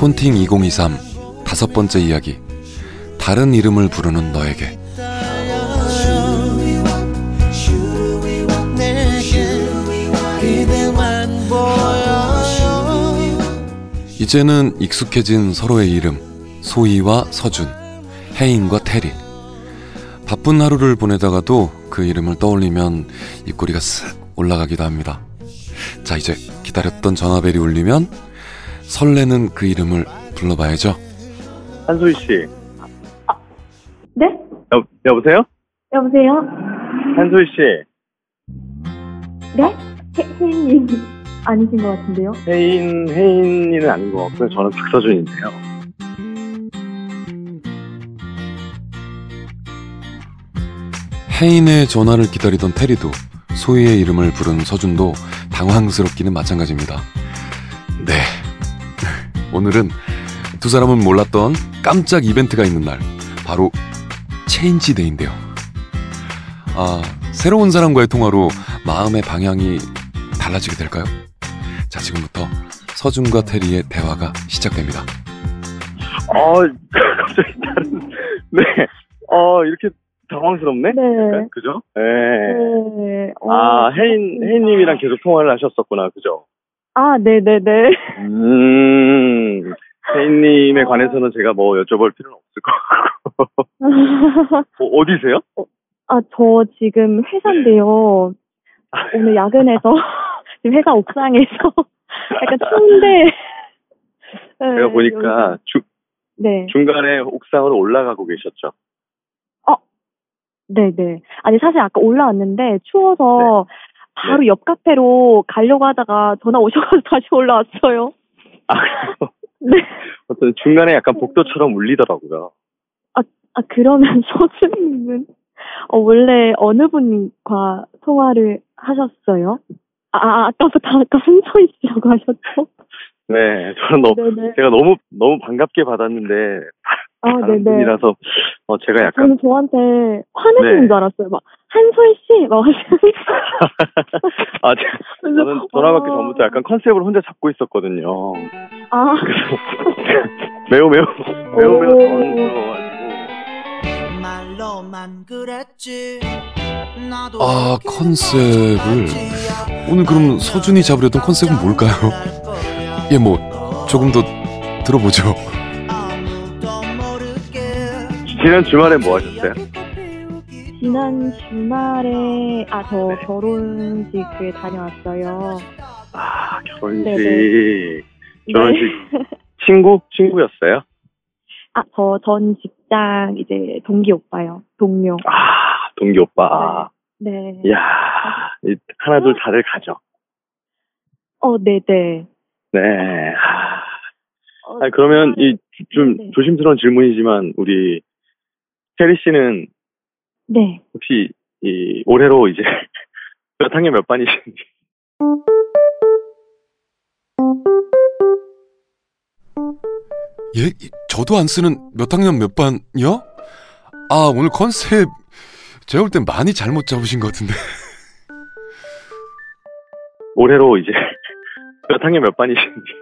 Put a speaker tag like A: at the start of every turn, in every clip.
A: 헌팅 2023 다섯 번째 이야기 다른 이름을 부르는 너에게 이제는 익숙해진 서로의 이름 소희와 서준 혜인과 테리 바쁜 하루를 보내다가도 그 이름을 떠올리면 입꼬리가 쓱 올라가기도 합니다 자 이제 기다렸던 전화벨이 울리면 설레는 그 이름을 불러봐야죠
B: 한소희 씨.
C: 네?
B: 여, 여보세요?
C: 여보세요?
B: 한소희 씨.
C: 네? 혜- 혜인님 아니신 것 같은데요?
B: 혜인, 혜인이는 아닌 것 같고요. 저는 박서준인데요.
A: 혜인의 전화를 기다리던 테리도 소희의 이름을 부른 서준도 당황스럽기는 마찬가지입니다. 네. 오늘은 두 사람은 몰랐던 깜짝 이벤트가 있는 날. 바로 체인지데이인데요. 아, 새로운 사람과의 통화로 마음의 방향이 달라지게 될까요? 자, 지금부터 서준과 테리의 대화가 시작됩니다.
B: 어, 갑자기 다른, 네. 어, 이렇게 당황스럽네?
C: 네.
B: 그죠? 네.
C: 네. 어,
B: 아, 혜인, 혜인님이랑 계속 통화를 하셨었구나. 그죠?
C: 아, 네네네.
B: 음, 혜인님에 관해서는 제가 뭐 여쭤볼 필요는 없을 것 같고. 어, 어디세요?
C: 아, 저 지금 회사인데요.
B: 네.
C: 오늘 야근해서, 지금 회사 옥상에서 약간 추운데. 네,
B: 제가 보니까
C: 여기-
B: 주,
C: 네.
B: 중간에 옥상으로 올라가고 계셨죠.
C: 네네. 아니, 사실 아까 올라왔는데 추워서 바로
B: 네.
C: 옆 카페로 가려고 하다가 전화 오셔가지고 다시 올라왔어요.
B: 아, 그래요?
C: 네.
B: 어떤 중간에 약간 복도처럼 울리더라고요.
C: 아, 그러면 서준님은 어, 원래 어느 분과 통화를 하셨어요? 아, 아 아까부터 아까 순서희 씨라고 하셨죠?
B: 어, 네, 저는 너,
C: 네네.
B: 제가 너무 너무 반갑게 받았는데
C: 아,
B: 다른
C: 네네. 음.
B: 분이라서 어, 제가 약간
C: 저는 저한테 화내시는
B: 네.
C: 줄 알았어요. 막 한소희 씨막
B: 아 제가-
C: 그,
B: 저는 전화 받기 전부터 약간 컨셉을 혼자 잡고 있었거든요.
C: 아,
B: 그래서 매우 매우 매우 매우 당황스러워가지고
D: 말로만 그랬지 나도
A: 아, 컨셉을. 오늘 그럼 서준이 잡으려던 컨셉은 뭘까요? 예, 뭐, 조금 더 들어보죠.
B: 지난 주말에 뭐 하셨어요?
C: 지난 주말에 아, 저 결혼식에 다녀왔어요.
B: 아 결혼식
C: 네네.
B: 결혼식 친구 친구였어요?
C: 아, 저 전 직장 이제 동기 오빠요. 동료.
B: 아 동기 오빠.
C: 네.
B: 이야 이 하나 둘 다들 가죠.
C: 어, 네네.
B: 네. 아,
C: 어,
B: 아니, 그러면 이 좀
C: 네.
B: 조심스러운 질문이지만 우리 테리 씨는
C: 네.
B: 혹시 이 올해로 이제 몇 학년 몇 반이신지
A: 예? 이- 저도 안 쓰는 몇 학년 몇 반이요? 아, 오늘 컨셉 제가 볼 땐 많이 잘못 잡으신 것 같은데.
B: 올해로 이제 몇 학년 몇 반이신지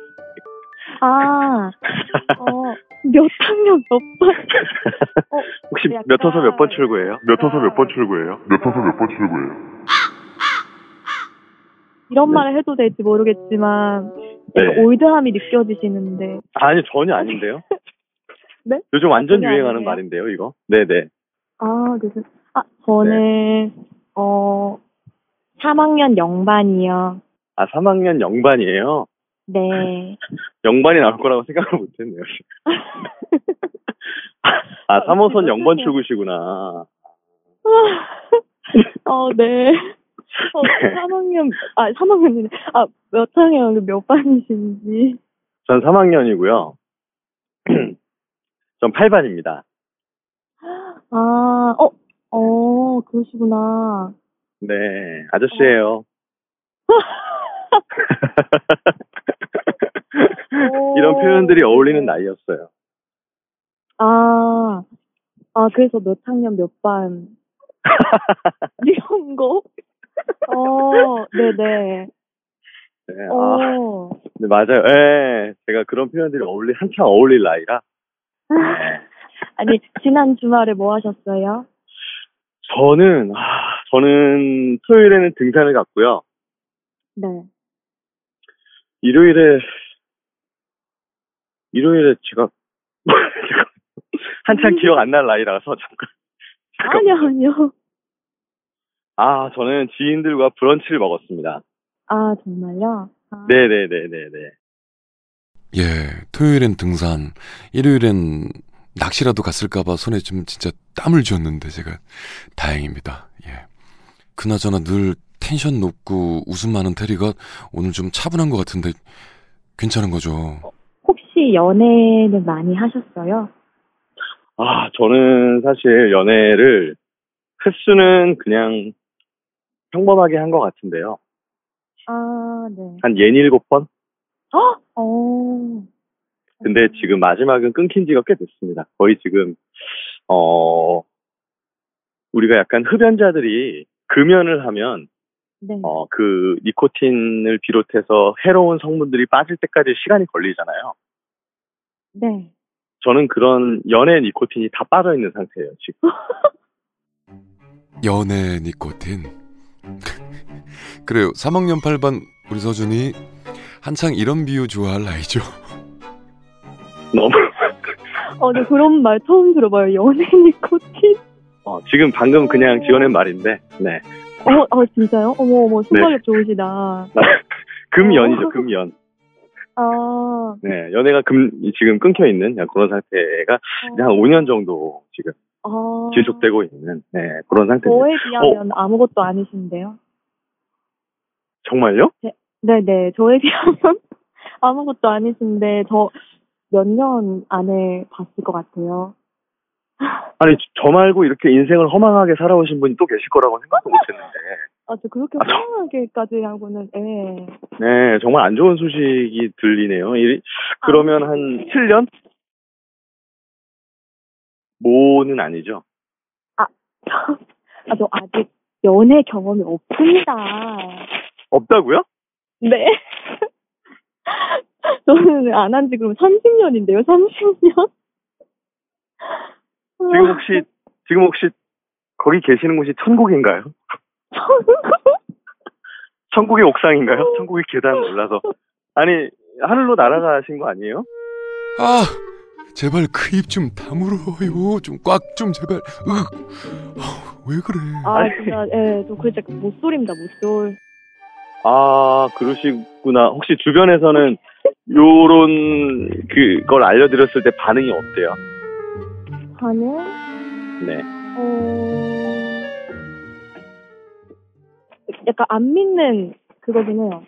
C: 아, 어, 몇 학년 몇 반?
B: 혹시
C: 그 약간- 네.
B: 몇 호서 몇 번 출구예요?
C: 몇 호서 몇 번
B: 출구예요?
C: 이런
B: 네.
C: 말을 해도 될지 모르겠지만, 약간
B: 네.
C: 올드함이 느껴지시는데.
B: 아니 전혀 아닌데요.
C: 네?
B: 요즘 완전
C: 전혀
B: 유행하는
C: 아니에요?
B: 말인데요, 이거. 네네.
C: 아, 그래서, 아, 저는,
B: 네.
C: 어, 3학년 영반이요.
B: 아 3학년 영반이에요.
C: 네.
B: 영반이 나올 거라고 생각을 못했네요. 아 3호선 영번
C: 네.
B: 출구시구나.
C: 어, 네. 어,
B: 네.
C: 3학년, 아, 3학년이네. 아, 몇 학년, 몇 반이신지.
B: 전 3학년이고요. 전 8반입니다.
C: 아, 어, 어, 그러시구나.
B: 네, 아저씨예요.
C: 오.
B: 이런 표현들이 어울리는 나이였어요.
C: 아, 아, 그래서 몇 학년 몇 반. 이런 거? 어, 네네.
B: 네. 네, 아,
C: 어.
B: 네, 맞아요. 예, 제가 그런 표현들이 어울리, 한창 어울릴 나이라. 예.
C: 아니, 지난 주말에 뭐 하셨어요?
B: 저는, 아, 저는 토요일에는 등산을 갔고요.
C: 네.
B: 일요일에, 일요일에 제가, 한창 기억 안 날 나이라서 잠깐. 잠깐.
C: 아니요, 아니요.
B: 아, 저는 지인들과 브런치를 먹었습니다.
C: 아, 정말요? 아,
B: 네네네네네.
A: 예, 토요일엔 등산, 일요일엔 낚시라도 갔을까봐 손에 좀 진짜 땀을 쥐었는데 제가 다행입니다. 예. 그나저나 늘 텐션 높고 웃음 많은 테리가 오늘 좀 차분한 것 같은데 괜찮은 거죠?
C: 혹시 연애는 많이 하셨어요?
B: 아, 저는 사실 연애를 횟수는 그냥 평범하게 한 것 같은데요.
C: 아, 네.
B: 한 예닐곱 번?
C: 어.
B: 근데 지금 마지막은 끊긴 지가 꽤 됐습니다. 거의 지금, 어, 우리가 약간 흡연자들이 금연을 하면,
C: 네.
B: 어, 그 니코틴을 비롯해서 해로운 성분들이 빠질 때까지 시간이 걸리잖아요.
C: 네.
B: 저는 그런 연애 니코틴이 다 빠져있는 상태예요, 지금.
A: 연애 니코틴. 그래요. 3학년 8반 우리 서준이 한창 이런 비유 좋아할 나이죠.
B: 너무.
C: 어, 네, 그런 말 처음 들어봐요. 연애 니코틴?
B: 어, 지금 방금 그냥 지어낸 말인데, 네.
C: 어, 아, 진짜요? 어머, 어머, 순발력 좋으시다.
B: 금연이죠, 금연.
C: 아,
B: 네, 연애가 금, 지금 끊겨 있는 그런 상태가 이제 네, 한 5년 정도 지금
C: 아.
B: 지속되고 있는 네, 그런 상태입니다. 어.
C: 저에 비하면 아무것도 아니신데요?
B: 정말요?
C: 네네, 저에 비하면 아무것도 아니신데, 저 몇 년 안에 봤을 것 같아요.
B: 아니, 저 말고 이렇게 인생을 허망하게 살아오신 분이 또 계실 거라고 생각도 못 했는데.
C: 아, 저 그렇게
B: 아, 저-
C: 화나게까지 하고는, 예.
B: 네, 정말 안 좋은 소식이 들리네요. 이- 그러면 한 7년? 모는 아니죠.
C: 아, 저 아직 연애 경험이 없습니다.
B: 없다고요?
C: 네. 저는 안 한 지 그럼 30년인데요, 30년?
B: 지금 혹시, 지금 혹시 거기 계시는 곳이 천국인가요? 천국의 옥상인가요? 천국의 계단 올라서. 아니, 하늘로 날아가신 거 아니에요?
A: 아, 제발 그 입 좀 다물어요. 좀 꽉 좀 제발. 으, 아, 왜 그래?
C: 아, 진짜, 예, 저 그래서 못쏠입니다, 못쏠.
B: 아, 그러시구나. 혹시 주변에서는 요런 그걸 알려드렸을 때 반응이 어때요?
C: 반응?
B: 네.
C: 어... 약간 안 믿는 그거긴 해요.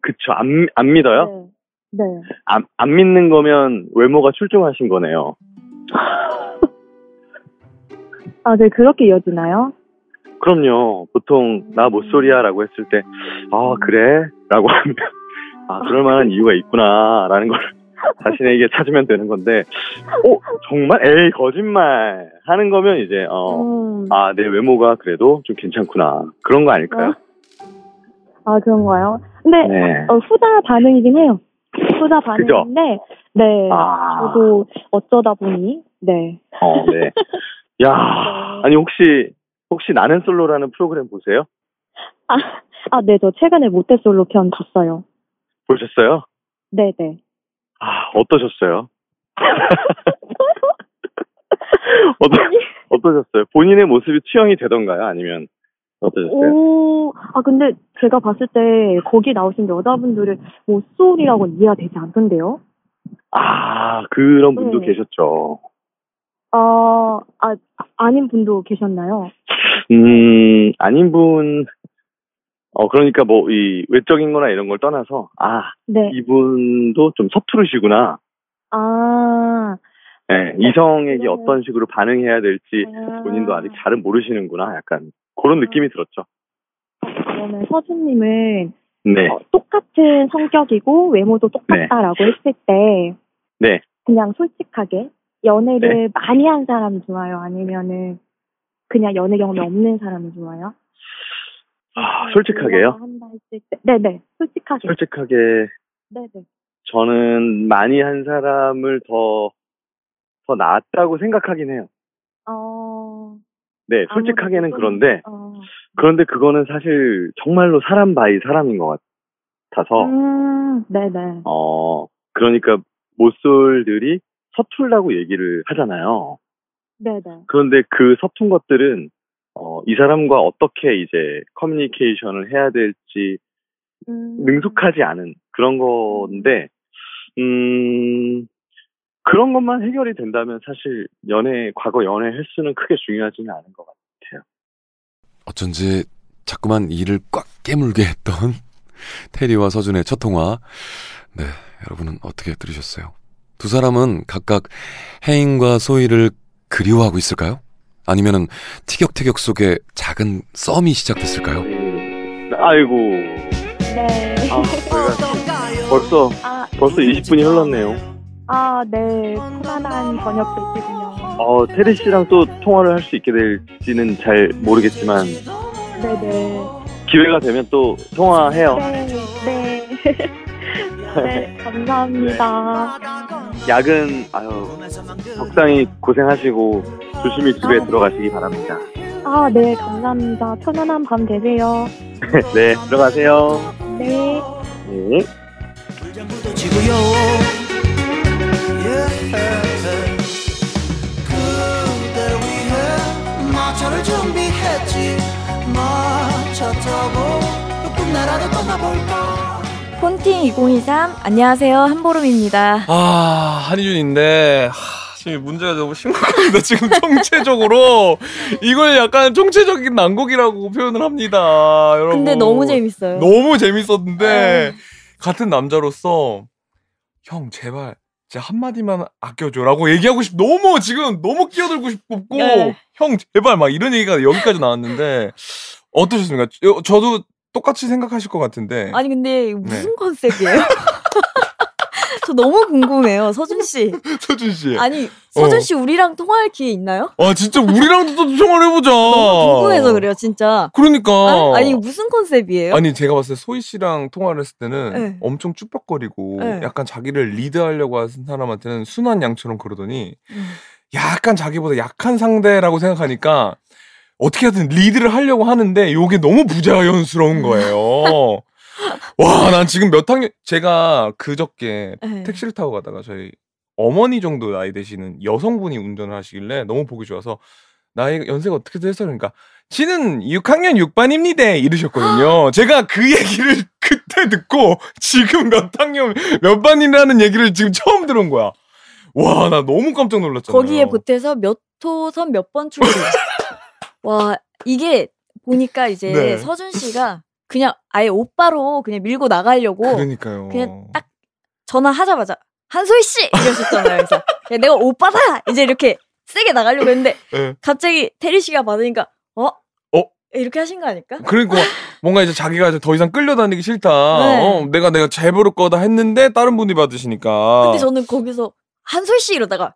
B: 그쵸. 안, 안 믿어요?
C: 네. 네.
B: 안, 안 믿는 거면 외모가 출중하신 거네요.
C: 아, 네, 그렇게 이어지나요?
B: 그럼요.
C: 음.
B: 보통 나 못소리야라고 했을 때, 아, 그래? 라고 하면, 아, 그럴 만한 이유가 있구나. 라는 걸 자신에게 찾으면 되는 건데, 어, 정말? 에이, 거짓말. 하는 거면 이제, 어,
C: 음.
B: 아, 내 외모가 그래도 좀 괜찮구나. 그런 거 아닐까요?
C: 아, 그런가요? 근데,
B: 네.
C: 어, 후자 반응이긴 해요. 후자 반응인데, 네.
B: 아,
C: 저도 어쩌다 보니, 네.
B: 어, 네. 야, 아니 혹시 혹시 나는 솔로라는 프로그램 보세요?
C: 아, 네, 저 최근에 모태솔로 편 봤어요.
B: 보셨어요?
C: 네네.
B: 아, 어떠셨어요? 어떠, 어떠셨어요? 본인의 모습이 투영이 되던가요? 아니면 어떠셨어요?
C: 오, 아, 근데 제가 봤을 때 거기 나오신 여자분들을 뭐 모쏠이라고는 이해가 되지 않던데요?
B: 아, 그런 분도
C: 네.
B: 계셨죠.
C: 어, 아, 아, 아닌 분도 계셨나요?
B: 음, 아닌 분, 어, 그러니까 뭐, 이, 외적인 거나 이런 걸 떠나서, 아,
C: 네.
B: 이분도 좀 서투르시구나.
C: 아.
B: 예, 이성에게
C: 네.
B: 어떤 식으로 반응해야 될지
C: 아. 음.
B: 본인도 아직 잘은 모르시는구나. 약간 그런 느낌이 들었죠.
C: 그러면 서준님은
B: 네.
C: 어, 똑같은 성격이고 외모도 똑같다라고 했을 때.
B: 네.
C: 그냥 솔직하게 연애를 많이 한 사람이 좋아요? 아니면은 그냥 연애 경험이 없는 사람이 좋아요?
B: 아, 솔직하게요?
C: 한다 했을 때. 네네. 솔직하게.
B: 솔직하게
C: 네네.
B: 저는 많이 한 사람을 더, 더 낫다고 생각하긴 해요.
C: 어.
B: 네,
C: 아무래도
B: 솔직하게는
C: 좀-
B: 그런데,
E: 음,
C: 어.
B: 그런데 그거는 사실 정말로 사람 바이 사람인 것
E: 어.
B: 같아서,
C: 음. 네네.
B: 어, 그러니까 모쏠들이 서툴다고 얘기를 하잖아요.
C: 네네.
B: 그런데 그 서툰 것들은, 어, 이 사람과 어떻게 이제 커뮤니케이션을 해야 될지
C: 음.
B: 능숙하지 않은 그런 건데, 음, 그런 것만 해결이 된다면 사실 연애, 과거 연애 횟수는 크게 중요하지는 않은 것 같아요.
A: 어쩐지 자꾸만 이를 꽉 깨물게 했던 테리와 서준의 첫 통화. 네, 여러분은 어떻게 들으셨어요? 두 사람은 각각 혜인과 소희를 그리워하고 있을까요? 아니면은 티격태격 속에 작은 썸이 시작됐을까요?
B: 음, 아이고,
C: 네.
B: 아, 음, 우리가
D: 어떤가요?
B: 벌써,
C: 아,
B: 벌써 20분이 흘렀네요.
C: 아, 네. 편안한 저녁 되시군요.
B: 어, 테리 씨랑 또 통화를 할 수 있게 될지는 잘 모르겠지만,
C: 네네.
B: 기회가 되면 또 통화해요.
C: 네. 네. 네. 감사합니다.
B: 야근, 아유, 적당히 고생하시고, 조심히 집에 들어가시기 바랍니다.
C: 아, 네. 감사합니다. 편안한 밤 되세요.
B: 네, 들어가세요.
C: 네.
B: 네.
D: 불장구도 치고요. 예. 그댈 위해 마차를 준비했지. 마차 타고 높은 나라로 떠나볼까?
F: 폰팅 2023 안녕하세요 한보름입니다.
G: 아 한희준인데 하, 지금 문제가 너무 심각합니다. 지금 총체적으로 이걸 약간 총체적인 난국이라고 표현을 합니다. 여러분.
F: 근데 너무 재밌어요. 음.
G: 너무 재밌었는데 같은 남자로서 형 제발 제한 마디만 아껴줘라고 얘기하고 싶. 너무 지금 너무 끼어들고 싶고
F: 네.
G: 형 제발 막 이런 얘기가 여기까지 나왔는데 어떠셨습니까? 저- 저도 똑같이 생각하실 것 같은데.
F: 네. 아니 근데
G: 네.
F: 이거 무슨 컨셉이에요? 저 너무 궁금해요 서준 씨.
G: 서준 씨.
F: 아니 서준
G: 어.
F: 씨 우리랑 통화할 기회 있나요?
G: 아 진짜 우리랑도 또 통화를 해보자.
F: 너무 궁금해서 그래요 진짜.
G: 그러니까.
F: 아니, 아니, 이거 무슨 컨셉이에요?
G: 아니, 제가 봤을 때 소희 씨랑 통화를 했을 때는
F: 네.
G: 엄청 쭈뼛거리고
F: 네.
G: 약간 자기를 리드하려고 하는 사람한테는 순한 양처럼 그러더니
F: 음.
G: 약간 자기보다 약한 상대라고 생각하니까 어떻게 하든 리드를 하려고 하는데 요게 너무 부자연스러운 거예요. 와, 난 지금 몇 학년 제가 그저께
F: 네.
G: 택시를 타고 가다가 저희 어머니 정도 나이 되시는 여성분이 운전을 하시길래 너무 보기 좋아서 나이 연세가 어떻게 되서 그러니까 지는 6학년 6반입니다 이러셨거든요. 제가 그 얘기를 그때 듣고 지금 몇 학년 몇 반이라는 얘기를 지금 처음 들은 거야. 와 나 너무 깜짝 놀랐잖아요.
F: 거기에 보태서 몇 호 선 몇 번 출구. 와 이게 보니까 이제
G: 네.
F: 서준 씨가 그냥 아예 오빠로 그냥 밀고 나가려고
G: 그러니까요.
F: 그냥 딱 전화하자마자 한소희 씨 이러셨잖아요. 그래서 야, 내가 오빠다 이제 이렇게 세게 나가려고 했는데
G: 예.
F: 갑자기 테리 씨가 받으니까 어?
G: 어?
F: 이렇게 하신 거 아닐까?
G: 그러니까 뭔가 이제 자기가 이제 더 이상 끌려다니기 싫다.
F: 네.
G: 어, 내가 내가 잘 부를 거다 했는데 다른 분이 받으시니까.
F: 근데 저는 거기서 한솔 씨 이러다가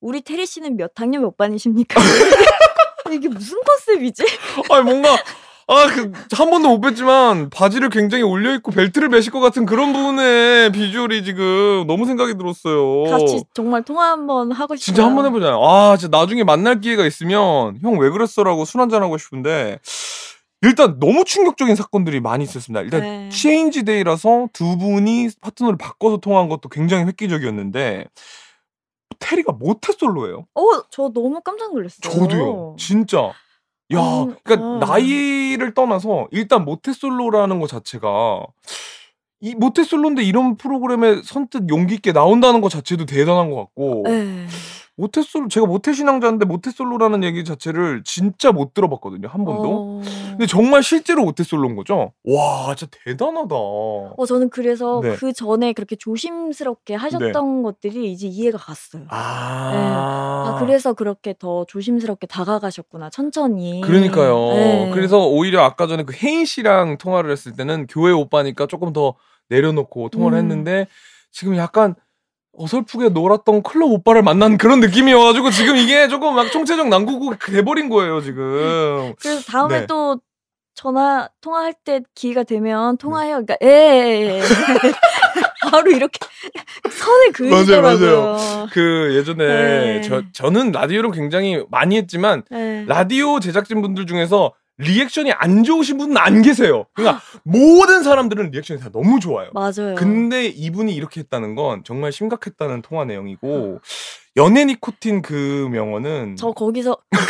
F: 우리 테리 씨는 몇 학년 몇 반이십니까? 이게 무슨 컨셉이지?
G: 아니 뭔가 아한 번도 못 뵀지만 바지를 굉장히 올려 입고 벨트를 매실 것 같은 그런 부분의 비주얼이 지금 너무 생각이 들었어요.
F: 같이 정말 통화 한번 하고 싶어요.
G: 진짜 한 번 해보자. 아 진짜 나중에 만날 기회가 있으면 형 왜 그랬어라고 술 한잔 하고 싶은데 일단 너무 충격적인 사건들이 많이 있었습니다. 일단
F: 네.
G: 체인지 데이라서 두 분이 파트너를 바꿔서 통화한 것도 굉장히 획기적이었는데 테리가 모태 솔로예요.
F: 어, 저 너무 깜짝 놀랐어요.
G: 저도요. 진짜. 야,
F: 음,
G: 그러니까
F: 음.
G: 나이를 떠나서 일단 모태솔로라는 것 자체가 이 모태솔로인데 이런 프로그램에 선뜻 용기 있게 나온다는 것 자체도 어. 대단한 것 같고
F: 네.
G: 모태솔로 제가 모태신앙자인데 모태솔로라는 얘기 자체를 진짜 못 들어봤거든요 한 번도.
F: 어.
G: 근데 정말 실제로 모태솔로인 거죠. 와, 진짜 대단하다.
F: 어, 저는 그래서
G: 네.
F: 그 전에 그렇게 조심스럽게 하셨던 것들이 이제 이해가 갔어요. 아,
G: 아,
F: 그래서 그렇게 더 조심스럽게 다가가셨구나, 천천히.
G: 그러니까요.
F: 음. 네.
G: 그래서 오히려 아까 전에 그 혜인 씨랑 통화를 했을 때는 교회 오빠니까 조금 더 내려놓고 통화를
F: 음.
G: 했는데 지금 약간 어설프게 놀았던 클럽 오빠를 만난 그런 느낌이어가지고 지금 이게 조금 막 총체적 난국이 돼버린 거예요 지금.
F: 그래서 다음에
G: 네.
F: 또 전화 통화할 때 기회가 되면 통화해요. 그러니까 예. 예, 예. 바로 이렇게 선을 그으시더라고요.
G: 그 예전에
F: 네.
G: 저 저는 라디오를 굉장히 많이 했지만
F: 네.
G: 라디오 제작진 분들 중에서 리액션이 안 좋으신 분은 안 계세요. 그러니까 모든 사람들은 리액션이 다 너무 좋아요.
F: 맞아요.
G: 근데 이분이 이렇게 했다는 건 정말 심각했다는 통화 내용이고 연애 니코틴 그 명언은
F: 저 거기서 그만!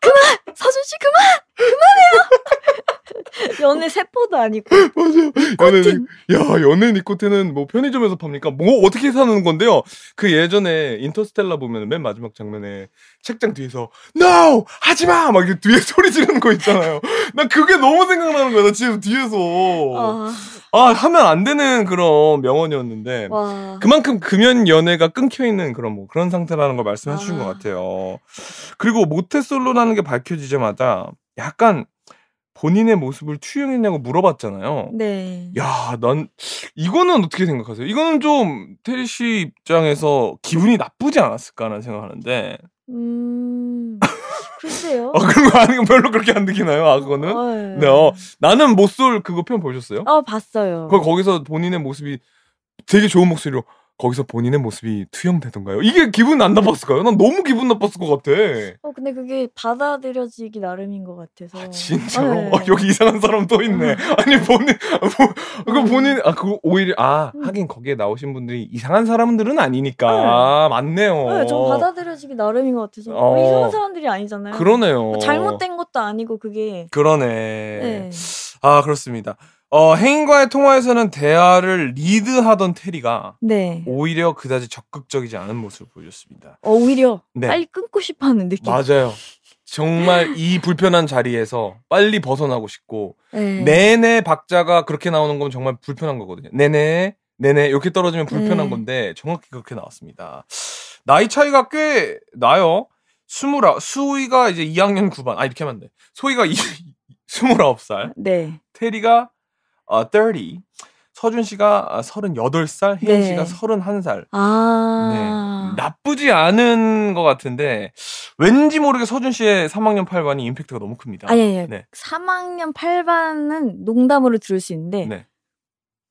F: 그만! 서준 씨 그만! 그만해요. 연애 세포도 아니고
G: 연애 니- 야 연애 니코틴은 뭐 편의점에서 팝니까? 뭐 어떻게 사는 건데요? 그 예전에 인터스텔라 보면 맨 마지막 장면에 책장 뒤에서 NO 하지마 막 이렇게 뒤에 소리 지르는 거 있잖아요. 나 그게 너무 생각나는 거야. 나 지금 뒤에서
F: 아,
G: 아 하면 안 되는 그런 명언이었는데
F: 와.
G: 아. 그만큼 금연 연애가 끊겨 있는 그런 뭐 그런 상태라는 걸 말씀해 주신
F: 아.
G: 것 같아요. 그리고 모태솔로라는 게 밝혀지자마자 약간 본인의 모습을 투영했냐고 물어봤잖아요.
F: 네.
G: 야, 난 이거는 어떻게 생각하세요? 이거는 좀 테리 씨 입장에서 기분이 나쁘지 않았을까라는 생각하는데
F: 음. 글쎄요.
G: 아 그런 거 아니고 별로 그렇게 안 느끼나요? 아 그거는
F: 어, 예.
G: 네, 어. 나는 못쏠 그거 편 보셨어요?
F: 어, 봤어요.
G: 그 거기서 본인의 모습이 되게 좋은 목소리로 거기서 본인의 모습이 투영되던가요? 이게 기분 안 나빴을까요? 난 너무 기분 나빴을 것 같아.
F: 어, 근데 그게 받아들여지기 나름인 것 같아서.
G: 아, 진짜?
F: 네. 음.
G: 어, 여기 이상한 사람 또 있네. 아니, 본인, 뭐, 그 본인, 아, 그거 오히려, 아,
F: 음.
G: 하긴 거기에 나오신 분들이 이상한 사람들은 아니니까. 아, 맞네요.
F: 네, 좀 받아들여지기 나름인 것 같아서.
G: 어.
F: 어, 이상한 사람들이 아니잖아요. 뭐
G: 그러네요.
F: 잘못된 것도 아니고 그게.
G: 그러네.
F: 네.
G: 아, 그렇습니다. 어, 행인과의 통화에서는 대화를 리드하던 테리가
F: 네.
G: 오히려 그다지 적극적이지 않은 모습을 보여줬습니다.
F: 어, 오히려
G: 네.
F: 빨리 끊고 싶어 하는 느낌.
G: 맞아요. 정말 이 불편한 자리에서 빨리 벗어나고 싶고
F: 네.
G: 네네 박자가 그렇게 나오는 건 정말 불편한 거거든요. 네네 네네 이렇게 떨어지면 불편한
F: 네.
G: 건데 정확히 그렇게 나왔습니다. 나이 차이가 꽤 나요. 스물아 수희가 이제 2학년 9반 아 이렇게 하면 안 돼. 소희가 29살,
F: 네.
G: 테리가 어, 30, 서준 씨가 아, 38살, 혜인
F: 네.
G: 씨가 31살.
F: 아.
G: 네. 나쁘지 않은 것 같은데 왠지 모르게 서준 씨의 3학년 8반이 임팩트가 너무 큽니다.
F: 아니, 예. 아니, 아니.
G: 네.
F: 3학년 8반은 농담으로 들을 수 있는데,
G: 네.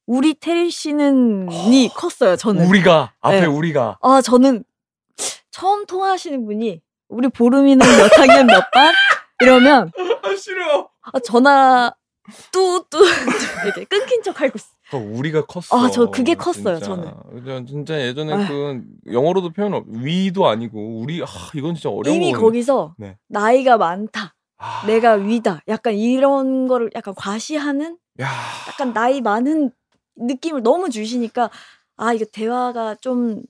F: 우리 테리 씨는 이 컸어요, 저는.
G: 우리가 앞에
F: 네.
G: 우리가
F: 아, 저는 처음 통화하시는 분이, 우리 보름이는 몇 학년 몇 반? 이러면,
G: 아 싫어.
F: 아, 전화, 뚜, 뚜, 이렇게 끊긴 척 하고 있어.
G: 어, 우리가 컸어.
F: 아, 저 그게 컸어요, 저는.
G: 저는. 진짜 예전에
F: 아휴.
G: 그 영어로도 표현 없, 위도 아니고 우리 아, 이건 진짜 어려운
F: 이미
G: 거거든요.
F: 거기서 네.
G: 네.
F: 나이가 많다,
G: 아,
F: 내가 위다, 약간 이런 거를 약간 과시하는,
G: 야.
F: 약간 나이 많은 느낌을 너무 주시니까, 아, 이거 대화가 좀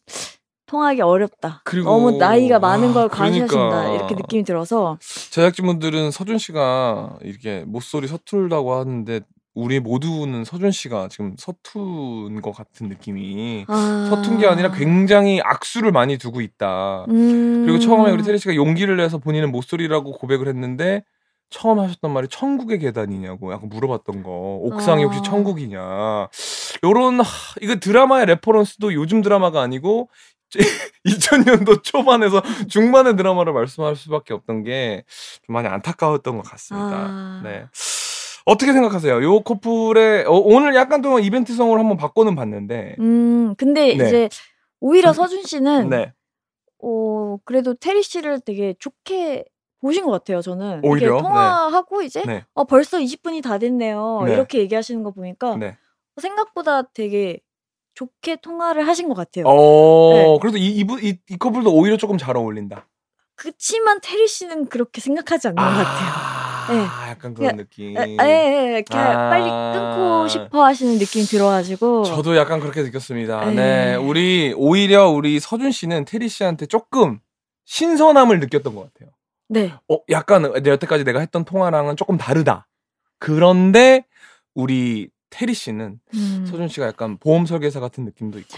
F: 통하기 어렵다.
G: 그리고-
F: 너무 나이가 많은
G: 아,
F: 걸 과시하신다.
G: 그러니까.
F: 이렇게 느낌이 들어서.
G: 제작진분들은 서준 씨가 이렇게 모쏠이 서툴다고 하는데 우리 모두는 서준 씨가 지금 서툰 것 같은 느낌이
F: 아.
G: 서툰 게 아니라 굉장히 악수를 많이 두고 있다.
F: 음.
G: 그리고 처음에 우리 테리 씨가 용기를 내서 본인은 모쏠이라고 고백을 했는데 처음 하셨던 말이 천국의 계단이냐고 약간 물어봤던 거 옥상이 혹시
F: 아.
G: 천국이냐 요런 하, 이거 드라마의 레퍼런스도 요즘 드라마가 아니고 2000년도 초반에서 중반의 드라마를 말씀할 수밖에 없던 게 좀 많이 안타까웠던 것 같습니다.
F: 아.
G: 네. 어떻게 생각하세요? 요 커플의 어, 오늘 약간 동안 이벤트성으로 한번 바꿔는 봤는데
F: 음, 근데
G: 네.
F: 이제 오히려 서준 씨는
G: 네.
F: 어, 그래도 테리 씨를 되게 좋게 보신 것 같아요, 저는.
G: 오히려?
F: 이렇게 통화하고 이제
G: 네.
F: 어, 벌써 20분이 다 됐네요.
G: 네.
F: 이렇게 얘기하시는 거 보니까
G: 네.
F: 생각보다 되게 좋게 통화를 하신 것 같아요. 네.
G: 어 그래도 이 이분 이, 이 커플도 오히려 조금 잘 어울린다.
F: 그치만 테리 씨는 그렇게 생각하지 않는 것 같아요. 네.
G: 아, 약간 그런 느낌.
F: 에, 에, 에, 이렇게
G: 아.
F: 빨리 끊고 싶어 하시는 느낌이 들어가지고.
G: 저도 약간 그렇게 느꼈습니다.
F: 에.
G: 네, 우리 오히려 우리 서준 씨는 테리 씨한테 조금 신선함을 느꼈던 것 같아요.
F: 네.
G: 어, 약간 내- 여태까지 내가 했던 통화랑은 조금 다르다. 그런데 우리 테리 씨는
F: 음.
G: 서준 씨가 약간 보험 설계사 같은 느낌도 있고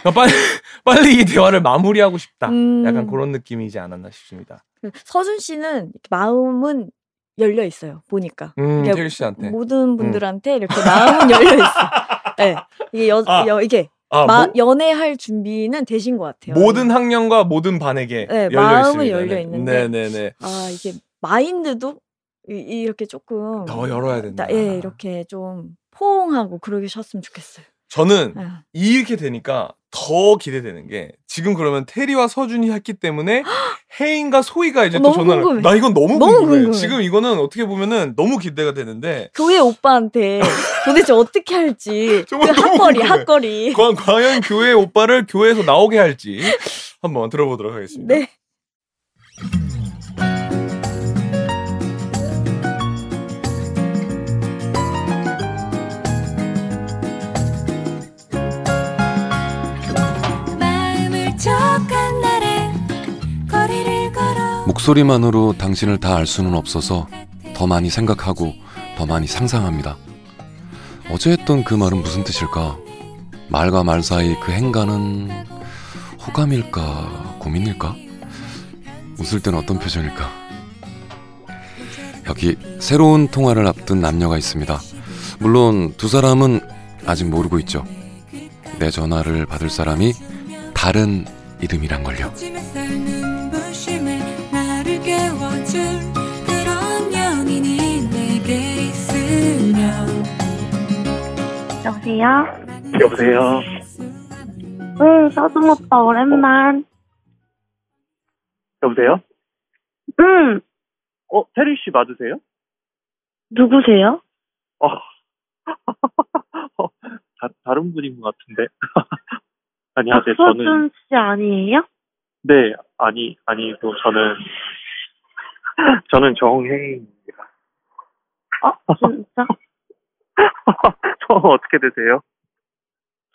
G: 그러니까 빨리 빨리 이 대화를 마무리하고 싶다.
F: 음.
G: 약간 그런 느낌이지 않았나 싶습니다.
F: 그 서준 씨는 이렇게 마음은 열려 있어요. 보니까
G: 음,
F: 그러니까
G: 테리 씨한테.
F: 모든 분들한테 이렇게 마음은 열려 있어. 네. 이게 여,
G: 아.
F: 여- 이게
G: 아,
F: 마-
G: 뭐-
F: 연애할 준비는 되신 것 같아요.
G: 모든 학년과 모든 반에게
F: 네,
G: 열려
F: 마음은
G: 있습니다.
F: 열려 있는데.
G: 네네네.
F: 아 이게 마인드도 이, 이렇게 조금
G: 더 열어야 된다.
F: 나- 예, 이렇게 좀 포옹하고 그러셨으면 좋겠어요.
G: 저는
F: 아,
G: 이렇게 되니까 더 기대되는 게 지금 그러면 테리와 서준이 했기 때문에 혜인과 소희가 이제 또
F: 어, 너무
G: 전화를
F: 궁금해.
G: 나 이건 너무,
F: 너무
G: 궁금해.
F: 궁금해.
G: 지금 이거는 어떻게 보면은 너무 기대가 되는데
F: 교회 오빠한테 도대체 어떻게 할지 그
G: 정말 너무
F: 학거리
G: 궁금해.
F: 학거리.
G: 과, 과연 교회 오빠를 교회에서 나오게 할지 한번 들어보도록 하겠습니다.
F: 네.
H: 마음을 척한 날에 거리를 걸어
A: 목소리만으로 당신을 다 알 수는 없어서 더 많이 생각하고 더 많이 상상합니다. 어제 했던 그 말은 무슨 뜻일까? 말과 말 사이 그 행간은 호감일까 고민일까? 웃을 땐 어떤 표정일까? 여기 새로운 통화를 앞둔 남녀가 있습니다. 물론 두 사람은 아직 모르고 있죠. 내 전화를 받을 사람이 다른 이름이란 걸요.
H: 아침햇살 눈부심에 나를 깨워줄 그런 연인이 내게 있으면
E: 여보세요?
B: 여보세요?
E: 응, 서준 오빠, 오랜만.
B: 여보세요?
E: 응,
B: 어, 테리 씨 맞으세요? 아.
E: 누구세요?
B: 다, 다른 분인 것 같은데. 안녕하세요. 저는
E: 박서준 씨 아니에요?
B: 네 아니 아니고 저는 저는 정혜인입니다.
E: 어, 진짜?
B: 성함 어떻게 되세요?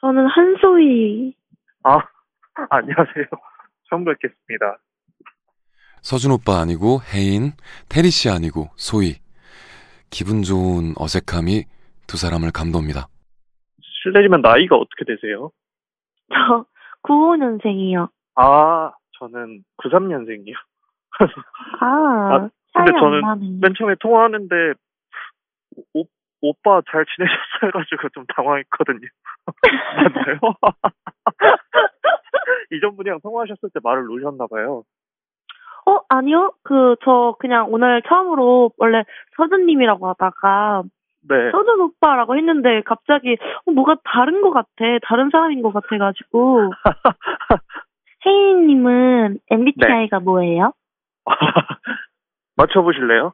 E: 저는 한소희.
B: 아, 안녕하세요. 처음 뵙겠습니다.
A: 서준 오빠 아니고 혜인, 테리 씨 아니고 소희. 기분 좋은 어색함이 두 사람을 감돕니다.
B: 실례지만 나이가 어떻게 되세요?
E: 저 95년생이요.
B: 아 저는 93년생이요.
E: 아,
B: 아,
E: 차이
B: 근데 저는
E: 안 나네.
B: 맨 처음에 통화하는데 오, 오빠 잘 지내셨어 해가지고 좀 당황했거든요. 맞나요? 이전 분이랑 통화하셨을 때 말을 놓으셨나 봐요.
E: 어, 아니요. 그, 저 그냥 오늘 처음으로 원래 서준님이라고 하다가
B: 네.
E: 서준 오빠라고 했는데 갑자기 어, 뭐가 다른 것 같아. 다른 사람인 것 같아가지고. 혜인님은 MBTI가 뭐예요?
B: 네. 맞춰보실래요?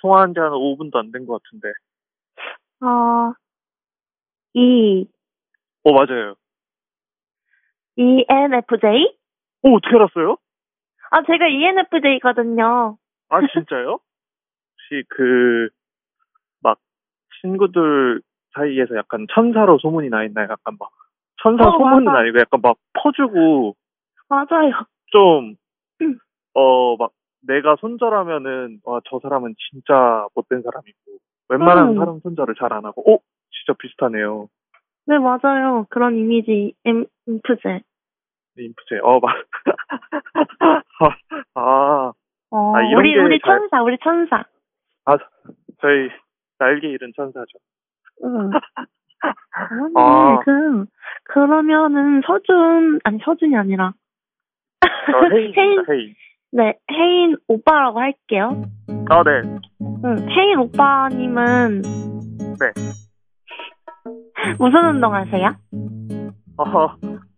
B: 통화한 지 한 5분도 안 된 것 같은데.
E: 어, E,
B: 어, 맞아요.
E: ENFJ?
B: 어, 어떻게 알았어요?
E: 아, 제가 ENFJ거든요.
B: 아, 진짜요? 혹시 그, 막, 친구들 사이에서 약간 천사로 소문이 나 있나요? 약간 막, 천사
E: 어,
B: 소문은
E: 맞아.
B: 아니고 약간 막 퍼주고,
E: 맞아요.
B: 좀, 어, 막, 내가 손절하면은, 와, 저 사람은 진짜 못된 사람이고, 웬만한
E: 음.
B: 사람 손절을 잘 안 하고, 어? 진짜 비슷하네요.
E: 네, 맞아요. 그런 이미지, M, 인프제.
B: 인프제, 어, 막. 아,
E: 어,
B: 아, 이런
E: 우리,
B: 게
E: 우리
B: 잘- 아,
E: 천사, 우리 천사.
B: 저희, 날개 잃은 천사죠.
E: 응. 아니,
B: 아.
E: 그, 그러면은 서준, 아니, 서준이 아니라.
B: 저
E: 혜인,
B: 헤이입니다, 헤이.
E: 네, 혜인 오빠라고 할게요.
B: 아, 네.
E: 응, 혜인 오빠님은. 네. 무슨 운동 하세요?
B: 어,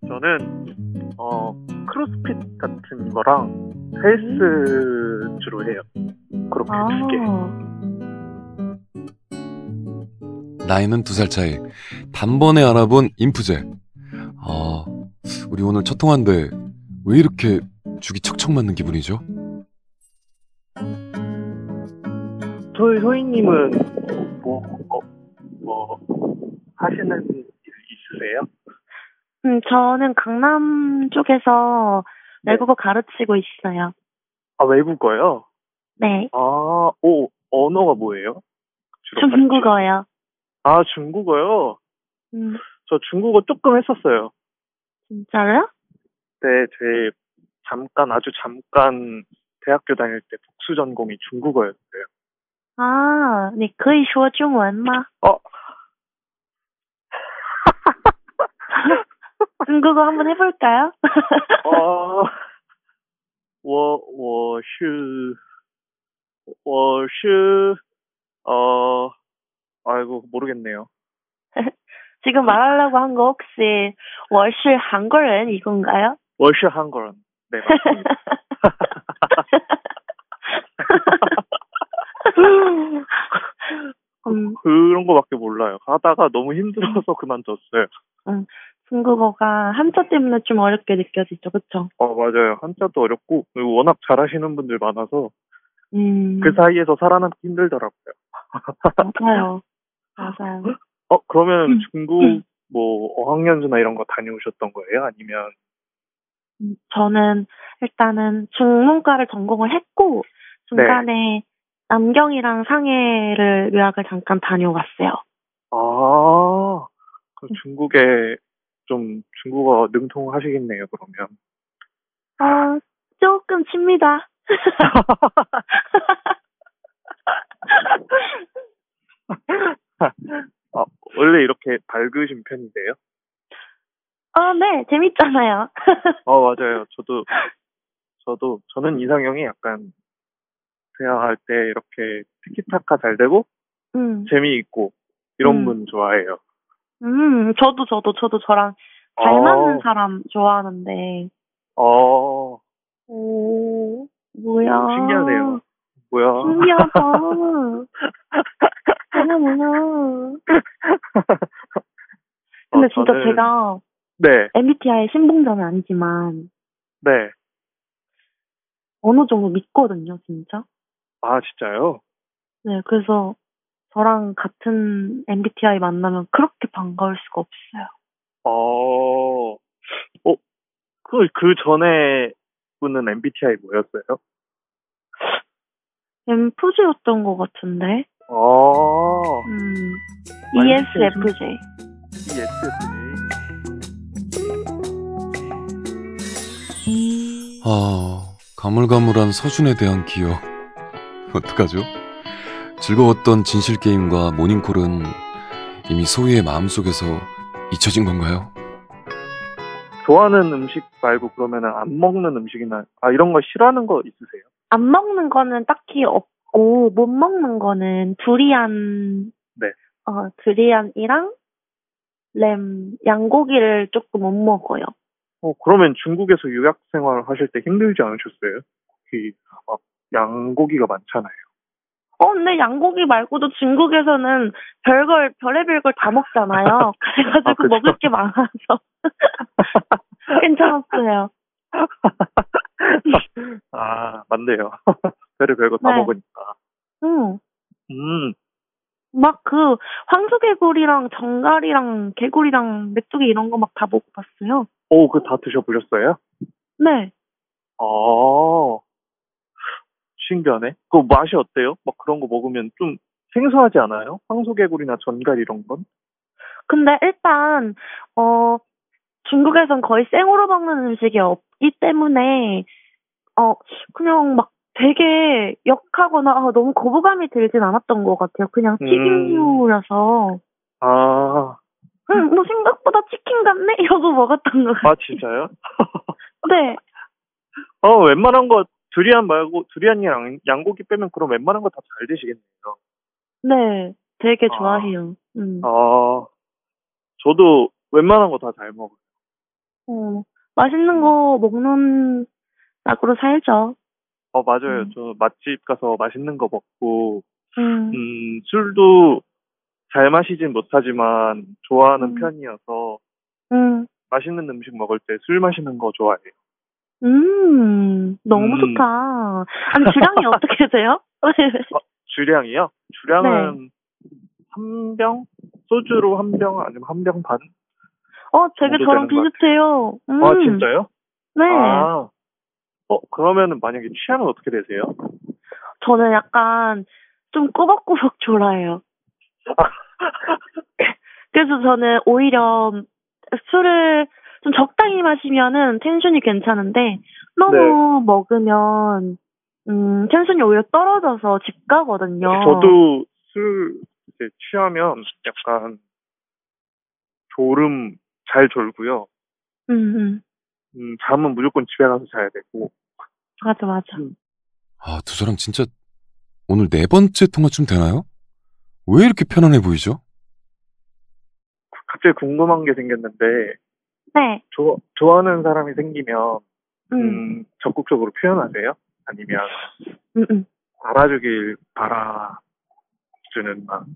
B: 저는, 어, 크로스핏 같은 거랑 헬스 주로 해요. 그렇게
E: 아,
B: 두 개.
A: 나이는 두 살 차이. 단번에 알아본 인프제. 아, 우리 오늘 첫 통화인데 왜 이렇게 죽이 척척 맞는 기분이죠?
B: 저희 효인님은 뭐, 어, 뭐, 하시는 일 있으세요?
E: 음, 저는 강남 쪽에서
B: 네.
E: 외국어 가르치고 있어요.
B: 아, 외국어요?
E: 네,
B: 아, 오, 언어가 뭐예요? 주로 가르치는-
E: 중국어요.
B: 아, 중국어요?
E: 음,
B: 저 중국어 조금 했었어요.
E: 진짜요?
B: 네, 제 잠깐, 아주 잠깐 대학교 다닐 때 복수 전공이 중국어였어요.
E: 아, 你可以说中文吗?
B: 어.
E: 중국어 한번 해볼까요?
B: 어, 我我是我是, 어, 아이고, 모르겠네요.
E: 지금 말하려고 한 거 혹시 월시 한국인 이건가요?
B: 我是 한국인. 네, 맞습니다.
E: 음,
B: 그런 거밖에 몰라요. 하다가 너무 힘들어서 그만뒀어요.
E: 중국어가 한자 때문에 좀 어렵게 느껴지죠, 그쵸?
B: 어, 맞아요. 한자도 어렵고, 그리고 워낙 잘하시는 분들 많아서
E: 음,
B: 그 사이에서 살아남기 힘들더라고요.
E: 맞아요. 맞아요.
B: 어, 그러면
E: 음,
B: 중국 뭐 어학연수나 이런 거 다녀오셨던 거예요? 아니면
E: 음, 저는 일단은 중문과를 전공을 했고, 중간에
B: 네.
E: 남경이랑 상해를 유학을 잠깐 다녀왔어요. 네.
B: 아, 그럼 중국에 좀 중국어 능통하시겠네요, 그러면.
E: 아, 조금 칩니다.
B: 원래 이렇게 밝으신 편인데요?
E: 어, 네, 재밌잖아요.
B: 어, 맞아요. 저도, 저도, 저는 이상형이 약간 대화할 때 이렇게 티키타카 잘 되고
E: 음,
B: 재미있고 이런
E: 음.
B: 분 좋아해요.
E: 음, 저도, 저도, 저도 저랑 잘
B: 어,
E: 맞는 사람 좋아하는데.
B: 어,
E: 오, 뭐야.
B: 신기하네요. 뭐야.
E: 신기하다. 뭐야, 뭐야. 근데
B: 어,
E: 진짜
B: 저는-
E: 제가
B: 네,
E: MBTI 신봉자는 아니지만
B: 네.
E: 어느 정도 믿거든요, 진짜.
B: 아, 진짜요?
E: 네, 그래서 저랑 같은 MBTI 만나면 그렇게 반가울 수가 없어요.
B: 아, 어, 어, 그, 그 전에 분은 MBTI 뭐였어요?
E: MFJ였던 것 같은데.
B: 어,
E: 음,
B: 완전
E: ESFJ.
B: ESFJ.
A: 아, 가물가물한 서준에 대한 기억. 어떡하죠? 즐거웠던 진실게임과 모닝콜은 이미 소희의 마음속에서 잊혀진 건가요?
B: 좋아하는 음식 말고 그러면은 안 먹는 음식이나 아 이런 거 싫어하는 거 있으세요?
E: 안 먹는 거는 딱히 없고 못 먹는 거는 두리안
B: 네.
E: 어 두리안이랑 램 양고기를 조금 못 먹어요.
B: 어 그러면 중국에서 유학 생활 하실 때 힘들지 않으셨어요? 거기 막 양고기가 많잖아요.
E: 어 근데 양고기 말고도 중국에서는 별걸 별의별 걸 다 먹잖아요. 그래가지고
B: 아, 그쵸?
E: 먹을 게 많아서 괜찮았어요.
B: 아 맞네요. 별의 별거 다
E: 네.
B: 먹으니까.
E: 응.
B: 음
E: 막 그 황소개구리랑 정갈이랑 개구리랑 메뚜기 이런 거 막 다 먹어봤어요.
B: 오, 그 다 드셔보셨어요?
E: 네.
B: 아, 신기하네. 그 맛이 어때요? 막 그런 거 먹으면 좀 생소하지 않아요? 황소개구리나 전갈 이런 건?
E: 근데 일단 어 중국에선 거의 생으로 먹는 음식이 없기 때문에 어 그냥 막 되게 역하거나 아, 너무 거부감이 들진 않았던 것 같아요. 그냥
B: 음.
E: 튀김류라서
B: 아,
E: 음, 뭐 생각보다 치킨 같네 이러고 먹었던 것 같아요.
B: 아 진짜요?
E: 네.
B: 어, 웬만한 거 두리안 말고 두리안이랑 양고기 빼면 그럼 웬만한 거 다 잘 드시겠네요.
E: 네. 되게
B: 아.
E: 좋아해요. 음.
B: 아, 저도 웬만한 거 다 잘 먹어요.
E: 어, 맛있는 거 먹는 낙으로 살죠.
B: 어, 맞아요.
E: 음.
B: 저 맛집 가서 맛있는 거 먹고,
E: 음.
B: 음, 술도 잘 마시진 못하지만 좋아하는
E: 음.
B: 편이어서
E: 음.
B: 맛있는 음식 먹을 때 술 마시는 거 좋아해요.
E: 음, 너무
B: 음.
E: 좋다. 아니, 주량이 어떻게 돼요?
B: 주량이요? 주량은
E: 네.
B: 한 병? 소주로 한 병, 아니면 한 병 반?
E: 어, 되게
B: 정도
E: 저랑
B: 되는 것
E: 비슷해요. 음,
B: 아, 진짜요?
E: 네.
B: 아, 어, 그러면은 만약에 취향은 어떻게 되세요?
E: 저는 약간 좀 꾸벅꾸벅 졸아요. 그래서 저는 오히려 술을 좀 적당히 마시면은 텐션이 괜찮은데 너무
B: 네.
E: 먹으면 음 텐션이 오히려 떨어져서 집 가거든요.
B: 저도 술 이제 취하면 약간 졸음 잘 졸고요.
E: 음, 음
B: 음, 잠은 무조건 집에 가서 자야 되고.
E: 맞아 맞아.
A: 아, 두 사람 진짜 오늘 네 번째 통화쯤 되나요? 왜 이렇게 편안해 보이죠?
I: 갑자기 궁금한 게 생겼는데
E: 네.
I: 좋아, 좋아하는 사람이 생기면
E: 음.
I: 음, 적극적으로 표현하세요? 아니면
E: 음. 음.
I: 알아주길 바라주는 막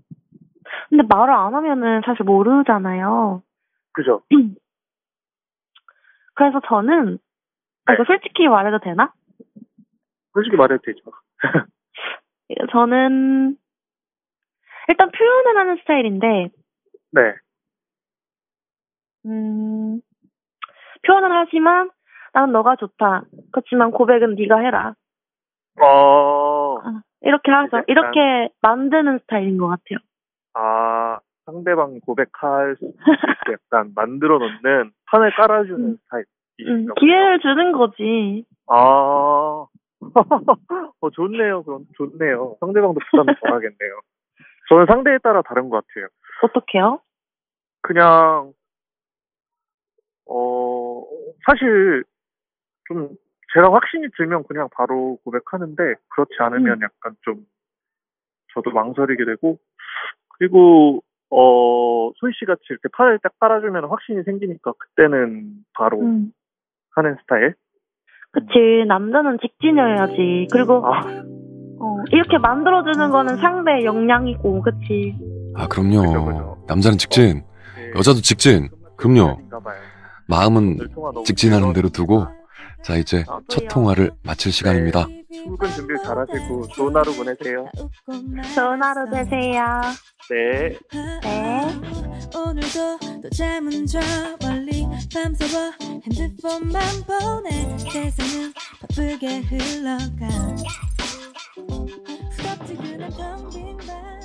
E: 근데 말을 안 하면은 사실 모르잖아요.
I: 그죠?
E: 그래서 저는 아, 이거 솔직히 말해도 되나?
I: 네. 솔직히 말해도 되죠.
E: 저는 일단 표현을 하는 스타일인데
I: 네,
E: 음, 표현을 하지만 나는 너가 좋다. 그렇지만 고백은 네가 해라. 아,
I: 어,
E: 이렇게 하죠.
I: 약간-
E: 이렇게 만드는 스타일인 것 같아요.
I: 아 상대방 고백할 수 있게 약간 만들어 놓는 판을 깔아주는
E: 음.
I: 타입이신가
E: 음,
I: 보네요.
E: 기회를 주는 거지.
I: 아, 어, 좋네요. 그럼 좋네요. 상대방도 부담이 덜하겠네요. 저는 상대에 따라 다른 것 같아요.
E: 어떡해요?
I: 그냥 어 사실 좀 제가 확신이 들면 그냥 바로 고백하는데 그렇지
E: 음.
I: 않으면 약간 좀 저도 망설이게 되고 그리고 어 소희 씨 같이 이렇게 팔을 딱 깔아주면 확신이 생기니까 그때는
B: 어.
I: 바로
E: 음.
I: 하는 스타일.
E: 그치. 남자는 직진이어야지. 그리고
I: 아.
E: 어, 이렇게 만들어주는 거는 상대의 역량이고, 그치.
A: 아 그럼요.
I: 그죠, 그죠.
A: 남자는 직진,
I: 네.
A: 여자도 직진. 그럼요.
I: 시간인가 봐요.
A: 마음은
I: 오늘 네. 통화 너무
A: 직진하는 대로
I: 즐거웠습니다.
A: 두고 자 이제
I: 네. 아,
A: 첫 통화를 마칠 시간입니다.
I: 출근 준비 잘하시고 좋은 하루 보내세요.
E: 좋은 하루 되세요.
I: 네.
H: 어? 오늘도 또 잠은 저 멀리 밤새워 핸드폰만 보네 세상은 바쁘게 흘러가 후덥지근한 텅빈밤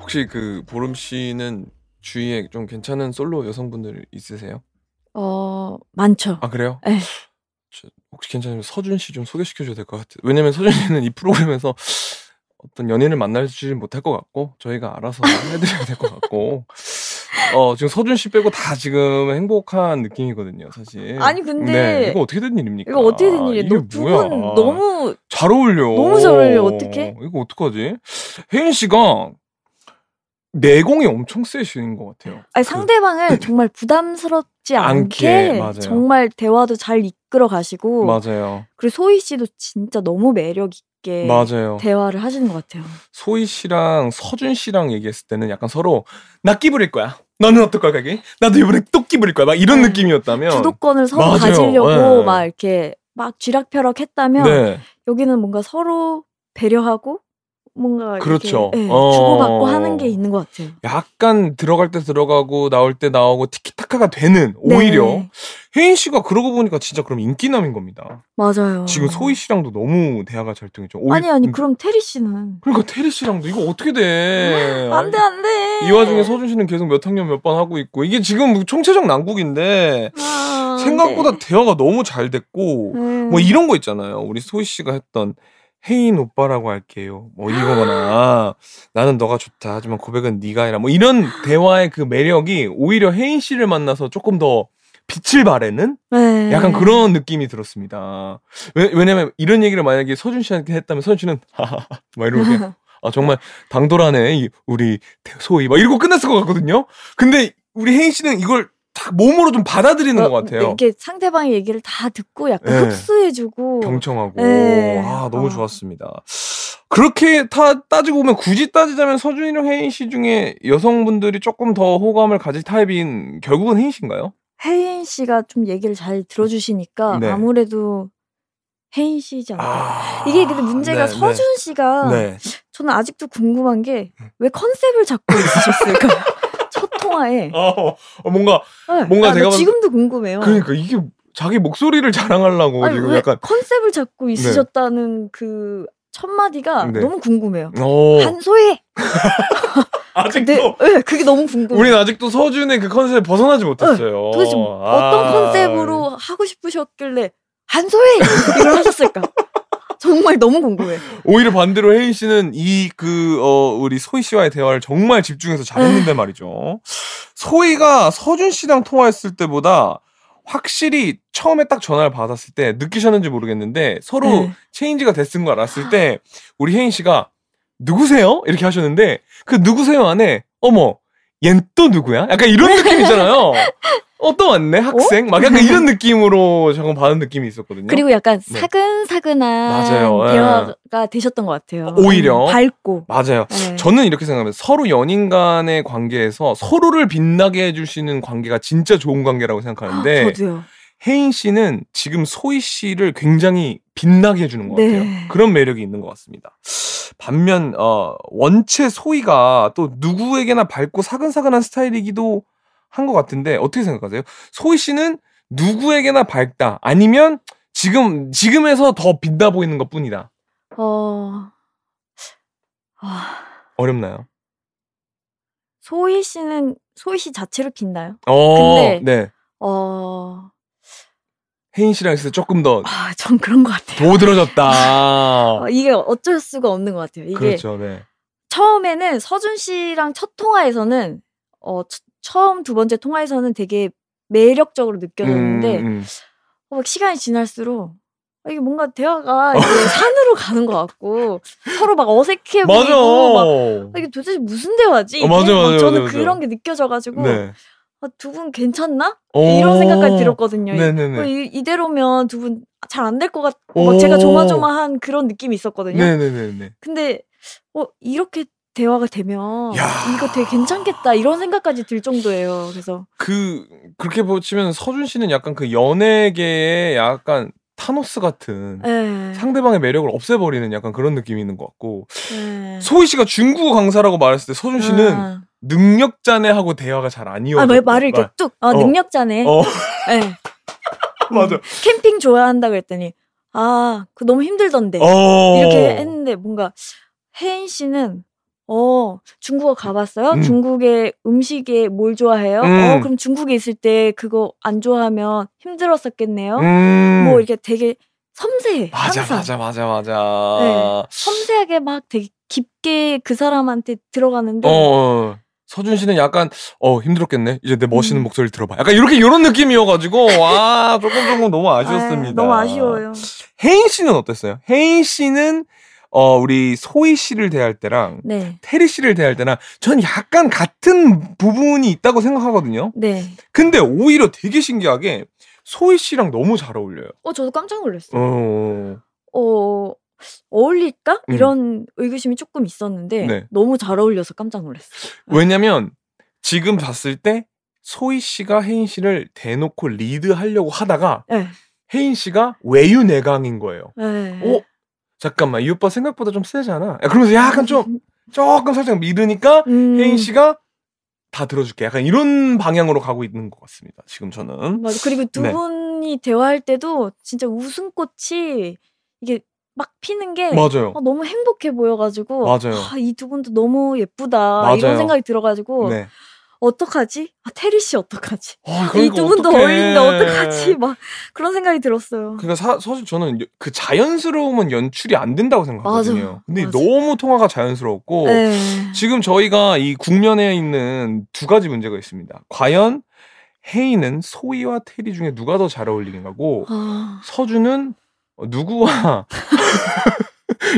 G: 혹시 그 보름 씨는 주위에 좀 괜찮은 솔로 여성분들 있으세요?
F: 어 많죠.
G: 아 그래요?
F: 네.
G: 저 혹시 괜찮으면 서준 씨 좀 소개시켜 줘야 될 것 같아요. 왜냐면 서준 씨는 이 프로그램에서 어떤 연인을 만날지 못할 것 같고 저희가 알아서 해드려야 될 것 같고 어 지금 서준 씨 빼고 다 지금 행복한 느낌이거든요 사실.
F: 아니, 근데
G: 네, 이거 어떻게 된 일입니까?
F: 이거 어떻게 된 일이야?
G: 아, 이게
F: 두
G: 뭐야?
F: 분 너무
G: 잘 어울려.
F: 너무 잘 어울려. 어떡해?
G: 이거 어떡하지? 혜인 씨가 내공이 엄청 세신 것 같아요.
F: 아니, 상대방을 정말 부담스럽지 않게,
G: 그 않게, 맞아요.
F: 정말 대화도 잘 이끌어 가시고
G: 맞아요.
F: 그리고 소희 씨도 진짜 너무 매력 있게
G: 맞아요.
F: 대화를 하시는 것 같아요.
G: 소희 씨랑 서준 씨랑 얘기했을 때는 약간 서로 나 끼부릴 거야. 너는 어떨 거야, 가기? 나도 이번에 또 끼부릴 거야. 막 이런
F: 네.
G: 느낌이었다면.
F: 주도권을 서로
G: 맞아요.
F: 가지려고
G: 네.
F: 막 이렇게 막 쥐락펴락 했다면
G: 네,
F: 여기는 뭔가 서로 배려하고 뭔가
G: 그렇죠.
F: 이렇게, 예,
G: 어.
F: 주고받고 하는 게 있는 것 같아요.
G: 약간 들어갈 때 들어가고 나올 때 나오고 티키타카가 되는 오히려
F: 네,
G: 혜인 씨가 그러고 보니까 진짜 그럼 인기남인 겁니다.
F: 맞아요.
G: 지금 소희 씨랑도 너무 대화가 잘 통했죠. 오히-
F: 아니 아니
G: 음,
F: 그럼 테리 씨는
G: 그러니까 테리 씨랑도 이거 어떻게 돼?
F: 음,
G: 아,
F: 안돼 안돼
G: 이 와중에 서준 씨는 계속 몇 학년 몇 번 하고 있고 이게 지금 뭐 총체적 난국인데
F: 아,
G: 생각보다
F: 네.
G: 대화가 너무 잘 됐고
F: 네.
G: 뭐 이런 거 있잖아요. 우리 소희 씨가 했던 혜인 오빠라고 할게요. 뭐 이거거나 나는 너가 좋다. 하지만 고백은 네가 해라. 뭐 이런 대화의 그 매력이 오히려 혜인 씨를 만나서 조금 더 빛을 발하는
F: 네.
G: 약간 그런 느낌이 들었습니다. 왜, 왜냐면 이런 얘기를 만약에 서준 씨한테 했다면 서준 씨는 하하하 막 이러고 그냥 아 정말 당돌하네 이 우리 태- 소희 막 이러고 끝났을 것 같거든요. 근데 우리 혜인 씨는 이걸 딱 몸으로 좀 받아들이는
F: 어,
G: 것 같아요.
F: 이렇게 상대방의 얘기를 다 듣고 약간
G: 네.
F: 흡수해주고
G: 경청하고
F: 네.
G: 아 너무
F: 아.
G: 좋았습니다. 그렇게 타, 따지고 보면 굳이 따지자면 서준이랑 혜인 씨 중에 여성분들이 조금 더 호감을 가질 타입인 결국은 혜인 씨인가요?
F: 혜인 씨가 좀 얘기를 잘 들어주시니까
G: 네.
F: 아무래도 혜인 씨지 않나.
G: 아
F: 이게 근데 문제가
G: 네, 네.
F: 서준 씨가
G: 네.
F: 저는 아직도 궁금한 게 왜 컨셉을 잡고 있으셨을까? 첫 통화에.
G: 어, 어, 뭔가
F: 네.
G: 뭔가
F: 아, 나
G: 제가 봤을-
F: 지금도 궁금해요.
G: 그러니까 이게 자기 목소리를 자랑하려고
F: 아니,
G: 지금
F: 왜
G: 약간
F: 컨셉을 잡고 있으셨다는 그 첫마디가
G: 네.
F: 너무 궁금해요.
G: 어
F: 한소희! 근데
G: 아직도
F: 네, 그게 너무 궁금해요.
G: 우린 아직도 서준의 그 컨셉 벗어나지 못했어요.
F: 네. 도대체 어떤
G: 아,
F: 컨셉으로 하고 싶으셨길래 한소희! 이걸 하셨을까? 정말 너무 궁금해.
G: 오히려 반대로 혜인 씨는 이 그 어, 우리 소희 씨와의 대화를 정말
F: 아.
G: 집중해서 잘했는데 말이죠. 소희가 서준 씨랑 통화했을 때보다 확실히 처음에 딱 전화를 받았을 때 느끼셨는지 모르겠는데 서로
F: 네.
G: 체인지가 됐은 걸 알았을 때 우리 혜인 씨가 누구세요? 이렇게 하셨는데 그 누구세요 안에 어머 얜 또 누구야? 약간 이런 느낌이잖아요. 어 또 왔네 학생 막 약간 이런 느낌으로 잠깐 받은 느낌이 있었거든요.
F: 그리고 약간
G: 네.
F: 사근사근한
G: 맞아요. 예.
F: 대화가 되셨던 것 같아요. 음,
G: 오히려.
F: 밝고.
G: 맞아요.
F: 네.
G: 저는 이렇게 생각합니다. 서로 연인 간의 관계에서 서로를 빛나게 해줄 수 있는 관계가 진짜 좋은 관계라고 생각하는데
F: 아, 저도요.
G: 혜인 씨는 지금 소희 씨를 굉장히 빛나게 해주는 것
F: 네.
G: 같아요. 그런 매력이 있는 것 같습니다. 반면 어, 원체 소희가 또 누구에게나 밝고 사근사근한 스타일이기도 한 것 같은데 어떻게 생각하세요? 소희 씨는 누구에게나 밝다 아니면 지금 지금에서 더 빛나 보이는 것뿐이다
F: 어. 아,
G: 어렵나요?
F: 소희 씨는 소희 씨 자체로 빛나요?
G: 어,
F: 근데-
G: 네
F: 어.
G: 혜인 씨랑 있을 때 조금 더
F: 아, 전 그런 것 같아요.
G: 도드러졌다.
F: 어, 이게 어쩔 수가 없는 것 같아요. 이게
G: 그렇죠, 네.
F: 처음에는 서준 씨랑 첫 통화에서는 어 처- 처음 두 번째 통화에서는 되게 매력적으로 느껴졌는데
G: 음, 음.
F: 어, 막 시간이 지날수록 아, 이게 뭔가 대화가 이제 산으로 가는 것 같고 서로 막 어색해
G: 맞아.
F: 보이고 막 아, 이게 도대체 무슨 대화지?
G: 어, 맞아,
F: 이게? 막
G: 맞아,
F: 저는
G: 맞아, 맞아.
F: 그런 게 느껴져가지고 아,
G: 네.
F: 두 분 괜찮나? 뭐 이런 생각까지 들었거든요.
G: 네네네.
F: 어, 이, 대로면 두 분 잘 안 될 것 같고 어,
G: 오.
F: 막 제가 조마조마한 그런 느낌이 있었거든요.
G: 네네네네.
F: 근데 어 이렇게 대화가 되면
G: 야.
F: 이거 되게 괜찮겠다 이런 생각까지 들 정도예요. 그래서
G: 그 그렇게 보시면 서준 씨는 약간 그 연예계의 약간 타노스 같은
F: 예.
G: 상대방의 매력을 없애버리는 약간 그런 느낌이 있는 것 같고
F: 예.
G: 소희 씨가 중국어 강사라고 말했을 때 서준 씨는
F: 아,
G: 능력자네 하고 대화가 잘 안 이어져.
F: 아, 말- 말을 이렇게 뚝 아,
G: 어.
F: 능력자네.
G: 어
F: 예.
G: 맞아.
F: 캠핑 좋아한다 그랬더니 아, 그 너무 힘들던데.
G: 어
F: 이렇게 했는데 뭔가 혜인 씨는 어 중국어 가봤어요?
G: 음.
F: 중국의 음식에 뭘 좋아해요?
G: 음.
F: 어 그럼 중국에 있을 때 그거 안 좋아하면 힘들었었겠네요.
G: 음.
F: 뭐 이렇게 되게 섬세해
G: 맞아
F: 항상
G: 맞아 맞아 맞아.
F: 네. 섬세하게 막 되게 깊게 그 사람한테 들어가는데
G: 어, 어. 서준 씨는 약간 어 힘들었겠네. 이제 내 멋있는
F: 음.
G: 목소리를 들어봐. 약간 이렇게 이런 느낌이어가지고 와 조금 조금 너무 아쉬웠습니다.
F: 아, 너무 아쉬워요.
G: 혜인 씨는 어땠어요? 혜인 씨는 어 우리 소희 씨를 대할 때랑
F: 네,
G: 테리 씨를 대할 때랑 전 약간 같은 부분이 있다고 생각하거든요.
F: 네.
G: 근데 오히려 되게 신기하게 소희 씨랑 너무 잘 어울려요.
F: 어 저도 깜짝 놀랐어요.
G: 어.
F: 어 어울릴까
G: 음.
F: 이런 의구심이 조금 있었는데
G: 네.
F: 너무 잘 어울려서 깜짝 놀랐어요.
G: 왜냐면 지금 봤을 때 소희 씨가 혜인 씨를 대놓고 리드하려고 하다가
F: 네.
G: 혜인 씨가 외유내강인 거예요.
F: 네.
G: 어? 잠깐만 이 오빠 생각보다 좀 세잖아. 야, 그러면서 약간 좀 조금 살짝 미르니까
F: 음.
G: 혜인 씨가 다 들어줄게. 약간 이런 방향으로 가고 있는 것 같습니다. 지금 저는.
F: 맞아. 그리고 두
G: 네.
F: 분이 대화할 때도 진짜 웃음꽃이 이게 막 피는 게
G: 맞아요.
F: 아, 너무 행복해 보여가지고
G: 맞아요.
F: 이 두 분도 너무 예쁘다
G: 맞아요.
F: 이런 생각이 들어가지고
G: 네.
F: 어떡하지? 아, 테리 씨 어떡하지?
G: 아,
F: 이 두 분도 어울린다 어떡하지? 막 그런 생각이 들었어요.
G: 그러니까 사, 사실 저는 여- 그 자연스러움은 연출이 안 된다고 생각하거든요.
F: 맞아요.
G: 근데
F: 맞아요.
G: 너무 통화가 자연스러웠고
F: 네.
G: 지금 저희가 이 국면에 있는 두 가지 문제가 있습니다. 과연 혜인은 소희와 테리 중에 누가 더 잘 어울리는가고
F: 아,
G: 서준은 누구와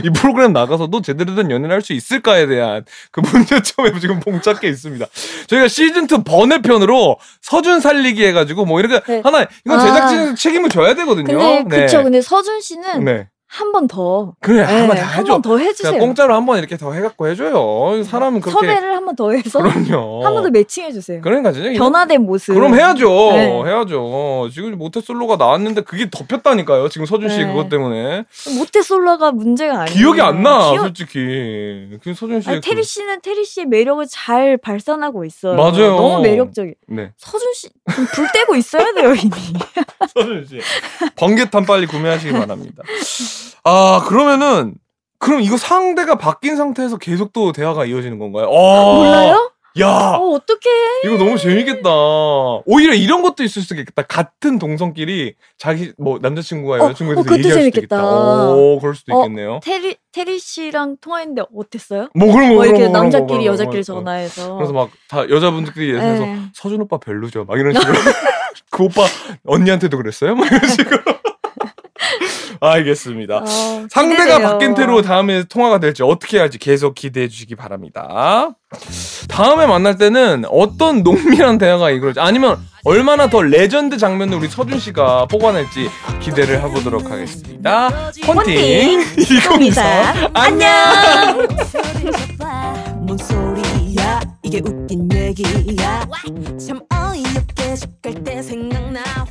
G: 이 프로그램 나가서도 제대로 된 연애를 할 수 있을까에 대한 그 문제점에 지금 봉착해 있습니다. 저희가 시즌2 번외편으로 서준 살리기 해가지고 뭐 이렇게
F: 네.
G: 하나, 이건
F: 아.
G: 제작진에서 책임을 져야 되거든요.
F: 근데 그쵸.
G: 네.
F: 근데 서준 씨는
G: 네.
F: 한 번 더, 예,
G: 그래, 한번 다
F: 한
G: 해줘.
F: 번 더
G: 그냥
F: 해주세요.
G: 공짜로 한 번 이렇게 더 해갖고 해줘요. 사람은 그렇게.
F: 섭외를 한 번 더 해서
G: 그럼요. 어.
F: 한 번 더 매칭해 주세요.
G: 그러니까 진짜. 이거-
F: 변화된 모습.
G: 그럼 해야죠.
F: 네.
G: 해야죠. 지금 모태솔로가 나왔는데 그게 덮였다니까요. 지금 서준 씨
F: 네.
G: 그것 때문에.
F: 모태솔로가 문제가 아니에요.
G: 기억이 안 나,
F: 기억-
G: 솔직히. 그 서준 씨의
F: 아니, 테리
G: 그-
F: 씨는 테리 씨의 매력을 잘 발산하고 있어요.
G: 맞아요.
F: 너무 매력적이.
G: 네.
F: 서준 씨불 떼고 있어야 돼요 이미.
G: 서준 씨. 번개탄 빨리 구매하시기 바랍니다. 아, 그러면은 그럼 이거 상대가 바뀐 상태에서 계속 또 대화가 이어지는 건가요? 아,
F: 몰라요?
G: 야,
F: 어 어떻게?
G: 이거 너무 재밌겠다. 오히려 이런 것도 있을 수도 있겠다. 같은 동성끼리 자기 뭐 남자친구와
F: 어,
G: 여자친구에
F: 어,
G: 대해서
F: 그것도
G: 얘기할 수도
F: 재밌겠다.
G: 있겠다. 오, 그럴 수도
F: 어,
G: 있겠네요.
F: 테리 테리 씨랑 통화했는데 어땠어요?
G: 뭐 그런 거
F: 뭐
G: 그런
F: 이렇게
G: 거, 그런 거, 그런
F: 남자끼리
G: 거,
F: 여자끼리
G: 그런 거.
F: 전화해서.
G: 그래서 막 다 여자분들끼리 예상해서
F: 네.
G: 서준 오빠 별로죠. 막 이런 식으로 그 오빠 언니한테도 그랬어요? 막 이런 식으로. 알겠습니다.
F: 어,
G: 아, 상대가
F: 기대돼요.
G: 바뀐 태로 다음에 통화가 될지 어떻게 할지 계속 기대해 주시기 바랍니다. 다음에 만날 때는 어떤 농밀한 대화가 이걸지 아니면 얼마나 더 레전드 장면을 우리 서준 씨가 뽑아낼지 기대를 해보도록 하겠습니다. 폰팅 2024 안녕.
H: 뭔 소리야 이게 웃긴 얘기야 참 어이없게 싶을 때 생각나